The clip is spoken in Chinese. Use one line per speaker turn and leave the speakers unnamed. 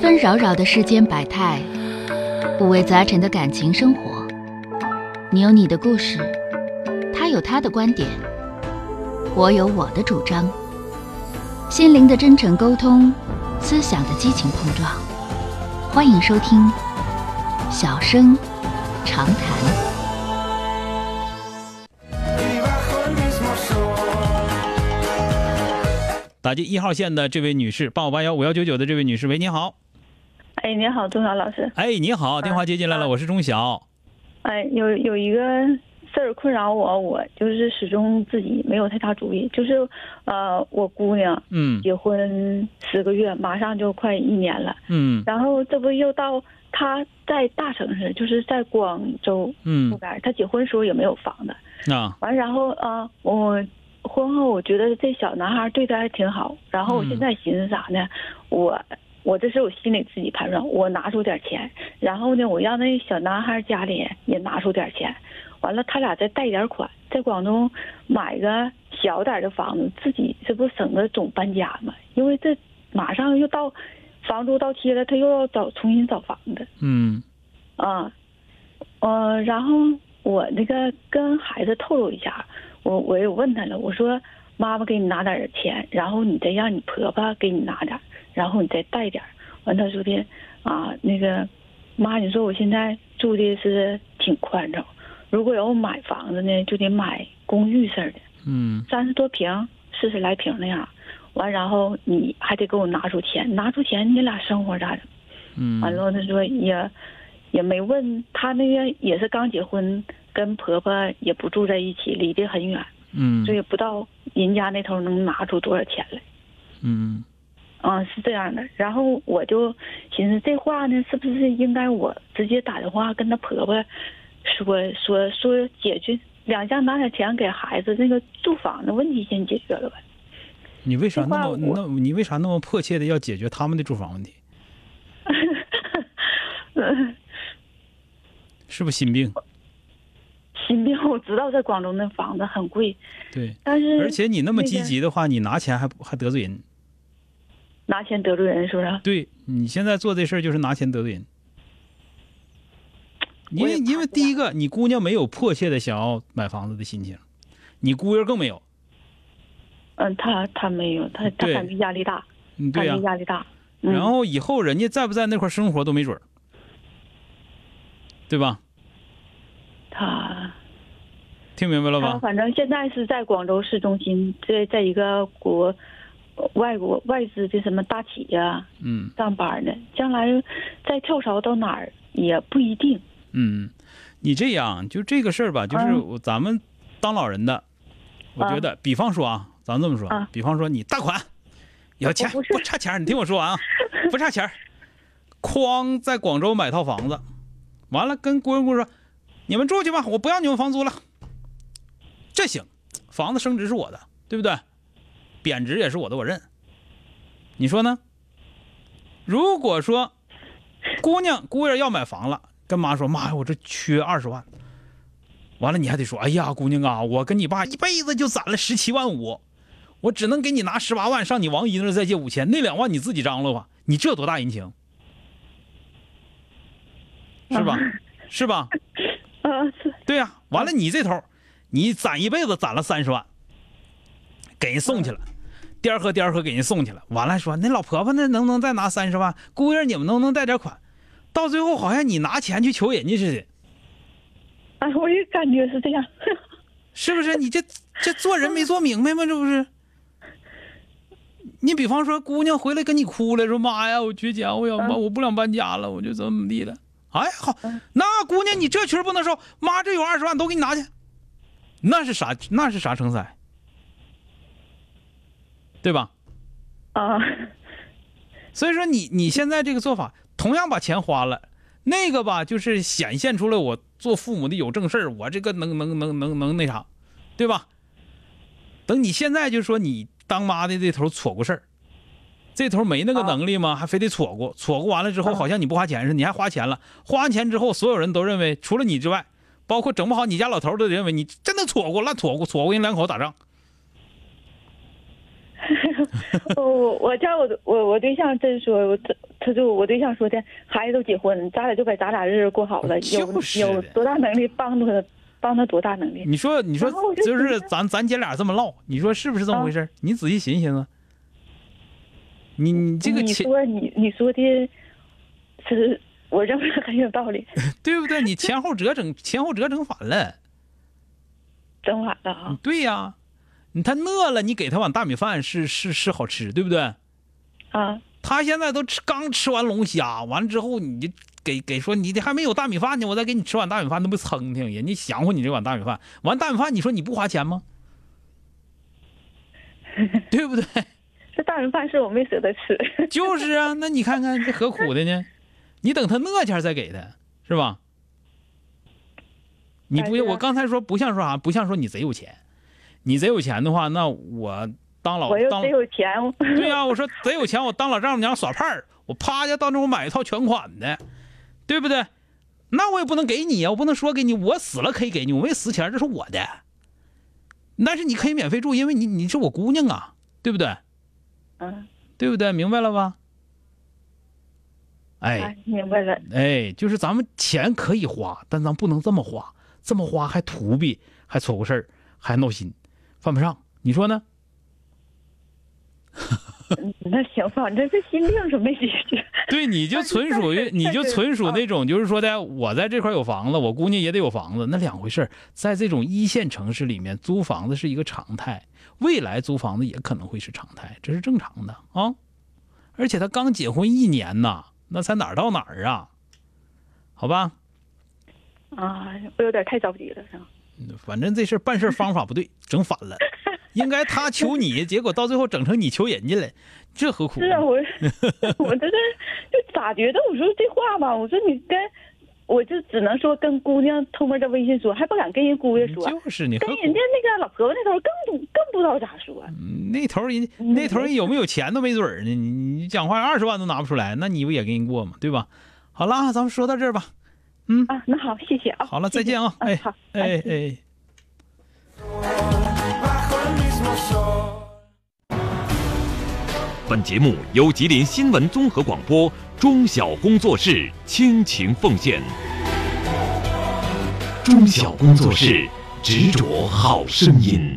纷扰扰的世间百态，五味杂陈的感情生活。你有你的故事，他有他的观点，我有我的主张。心灵的真诚沟通，思想的激情碰撞。欢迎收听《小声长谈》。
Y bajo el mismo sol.
打进一号线的这位女士，八五八幺五幺九九的这位女士，喂，你好，
哎，你好，钟晓老师。
哎，你好，电话接进来了，我是钟晓，
哎，有有一个事儿困扰我，我就是始终自己没有太大主意。就是，呃，我姑娘
嗯
结婚十个月，马上就快一年了，
嗯
然后这不又到她在大城市，就是在广州不
嗯，
该，她结婚时候也没有房子。
那
完，然后啊、呃我婚后我觉得这小男孩对她还挺好。然后我
嗯
现在寻思啥呢？我我这是我心里自己盘算，我拿出点钱，然后呢，我让那小男孩家里也拿出点钱，完了他俩再贷点款，在广东买个小点儿的房子，自己这不省得总搬家吗？因为这马上又到房租到期了，他又要找重新找房子。
嗯
啊，呃，然后我那个跟孩子透露一下，我我也问他了，我说妈妈给你拿点儿钱，然后你再让你婆婆给你拿点儿，然后你再带点儿。完他说的啊，那个妈，你说我现在住的是挺宽敞，如果要买房子呢，就得买公寓式的，
嗯
三十多平、四十来平那样。完，然后你还得给我拿出钱，拿出钱，你俩生活咋整？
嗯，
完了，他说也也没问他那个也是刚结婚，跟婆婆也不住在一起，离得很远，
嗯
所以不知道人家那头能拿出多少钱来。
嗯
啊，是这样的。然后我就寻思，这话呢，是不是应该我直接打电话跟她婆婆说说说解决？两家拿点钱给孩子，那个住房的问题先解决了呗。
你为啥那么
这话
那你为啥那么迫切的要解决他们的住房问题？
嗯
是不是心病？
新病我知道在广州那房子很贵，
对，
但是
而且你那么
那个
积极的话，你拿钱还还得罪人。
拿钱得罪人是不是？
对你现在做这事儿就是拿钱得罪人，因
我
为
也
因为
怕这样
第一个，你姑娘没有迫切的想要买房子的心情，你姑爷更没有。
嗯，他他没有，他他
对
感觉压力大，
嗯，
感
对呀、
觉压力大。嗯
然后以后人家在不在那块儿生活都没准儿，对吧？
他
听明白了
他
吧？
反正现在是在广州市中心，在在一个国外国外资的什么大企业啊
嗯
上班呢，将来再跳槽到哪儿也不一定。
嗯，你这样就这个事儿吧，就是
嗯
我咱们当老人的，我觉得，比方说啊，咱这么说
啊，
比方说你大款有钱
我不是
不差钱儿，你听我说 完啊，不差钱儿，哐在广州买套房子，完了跟姑娘姑说，你们住去吧，我不要你们房租了，这行，房子升值是我的，对不对？贬值也是我的，我认。你说呢？如果说姑娘姑爷要买房了，跟妈说妈呀，我这缺二十万，完了你还得说，哎呀，姑娘啊，我跟你爸一辈子就攒了十七万五，我只能给你拿十八万上你王姨那儿再借五千，那两万你自己张罗吧，你这多大人情，是吧？是吧？
呃，是
对呀、完了你这头儿，你攒一辈子攒了三十万，给人送去了，颠儿喝颠儿喝给人送去了，完了说那老婆婆那能不能再拿三十万？姑爷你们能不能贷点款？到最后好像你拿钱去求人家似的，
哎，我也感觉是这样。
是不是？你这这做人没做明白吗？这不是？你比方说，姑娘回来跟你哭了，说妈呀，我缺钱，我要我不想搬家了，我就怎么怎么地了。哎，好，那姑娘你这群儿不能收，妈这有二十万都给你拿去，那是啥？那是啥成才？对吧？
啊，
所以说你你现在这个做法，同样把钱花了，那个吧就是显现出来我做父母的有正事儿，我这个能能能能能那啥，对吧？等你现在就说你当妈的这头错过事儿，这头没那个能力吗？还非得错过，错过完了之后
啊
好像你不花钱似的，你还花钱了，花完钱之后所有人都认为除了你之外，包括整不好你家老头儿都认为你真的错过乱错过，错过人两口打仗，
我我我家我我我对象真说，我这他就我对象说的，孩子都结婚，咱俩就把咱俩日子过好了，有
啊就是的
有多大能力帮助他，帮他多大能力。
你说，你说
然后我，就
就是
觉得啊
咱咱姐俩这么唠，你说是不是这么回事儿？你仔细寻思寻思，你你这个
嗯你
钱
说你你说的，是我认为很有道理，
对不对？你前后折整前后折整反了，
整晚了啊，
对呀、你他饿了，你给他碗大米饭是是是好吃，对不对？嗯
啊，
他现在都吃刚吃完龙虾，完了之后你就给给说你这还没有大米饭呢，我再给你吃碗大米饭，那不蹭挺人家想乎你这碗大米饭，完大米饭你说你不花钱 吗？对不对？
这大人饭是我没舍得吃，
就是啊，那你看看这何苦的呢？你等他那前儿再给他，是吧？你不，
哎对啊
我刚才说不像说啥，啊不像说你贼有钱。你贼有钱的话，那我当老
我又
哦当
得有钱，
对呀、我说贼有钱，我当老丈母娘耍派儿，我啪家到那我买一套全款的，对不对？那我也不能给你呀，我不能说给你，我死了可以给你，我没死前这是我的。但是你可以免费住，因为你你是我姑娘啊，对不对？
嗯，
对不对？明白了吧？哎
哎，明白了，
哎，就是咱们钱可以花，但咱不能这么花，这么花还图弊，还错过事儿，还闹心，犯不上。你说 呢？
嗯那行，反正这心病是没解决，
对，你就纯属于，你就纯属那种，就是说的，我在这块有房子，我姑娘也得有房子，那两回事儿。在这种一线城市里面，租房子是一个常态，未来租房子也可能会是常态，这是正常的啊。而且他刚结婚一年呐，那才哪儿到哪儿啊？好吧，
啊，我有点太着急了，是吧？
反正这事儿办事儿方法不 对，整反了。应该他求你，结果到最后整成你求人家了，这何苦呢？
是啊，我 我这是就咋觉得？我说这话吧，我说你跟，我就只能说跟姑娘偷摸在微信说，还不敢跟人姑爷说，
就是你何
跟
苦
人家那个老婆婆那头更不更不知道咋说。
嗯那头儿人那头儿人有没有钱都没准儿呢，你你讲话二十万都拿不出来，那你不也跟人过吗？对吧？好啦，咱们说到这儿吧。
啊，那好，谢谢啊。
嗯好了，
谢
再
谢
见啊！
嗯
哎
好，
哎哎。
bajo el mismo sol.
本节目由吉林新闻综合广播中小工作室倾情奉献。中小工作室执着好声音。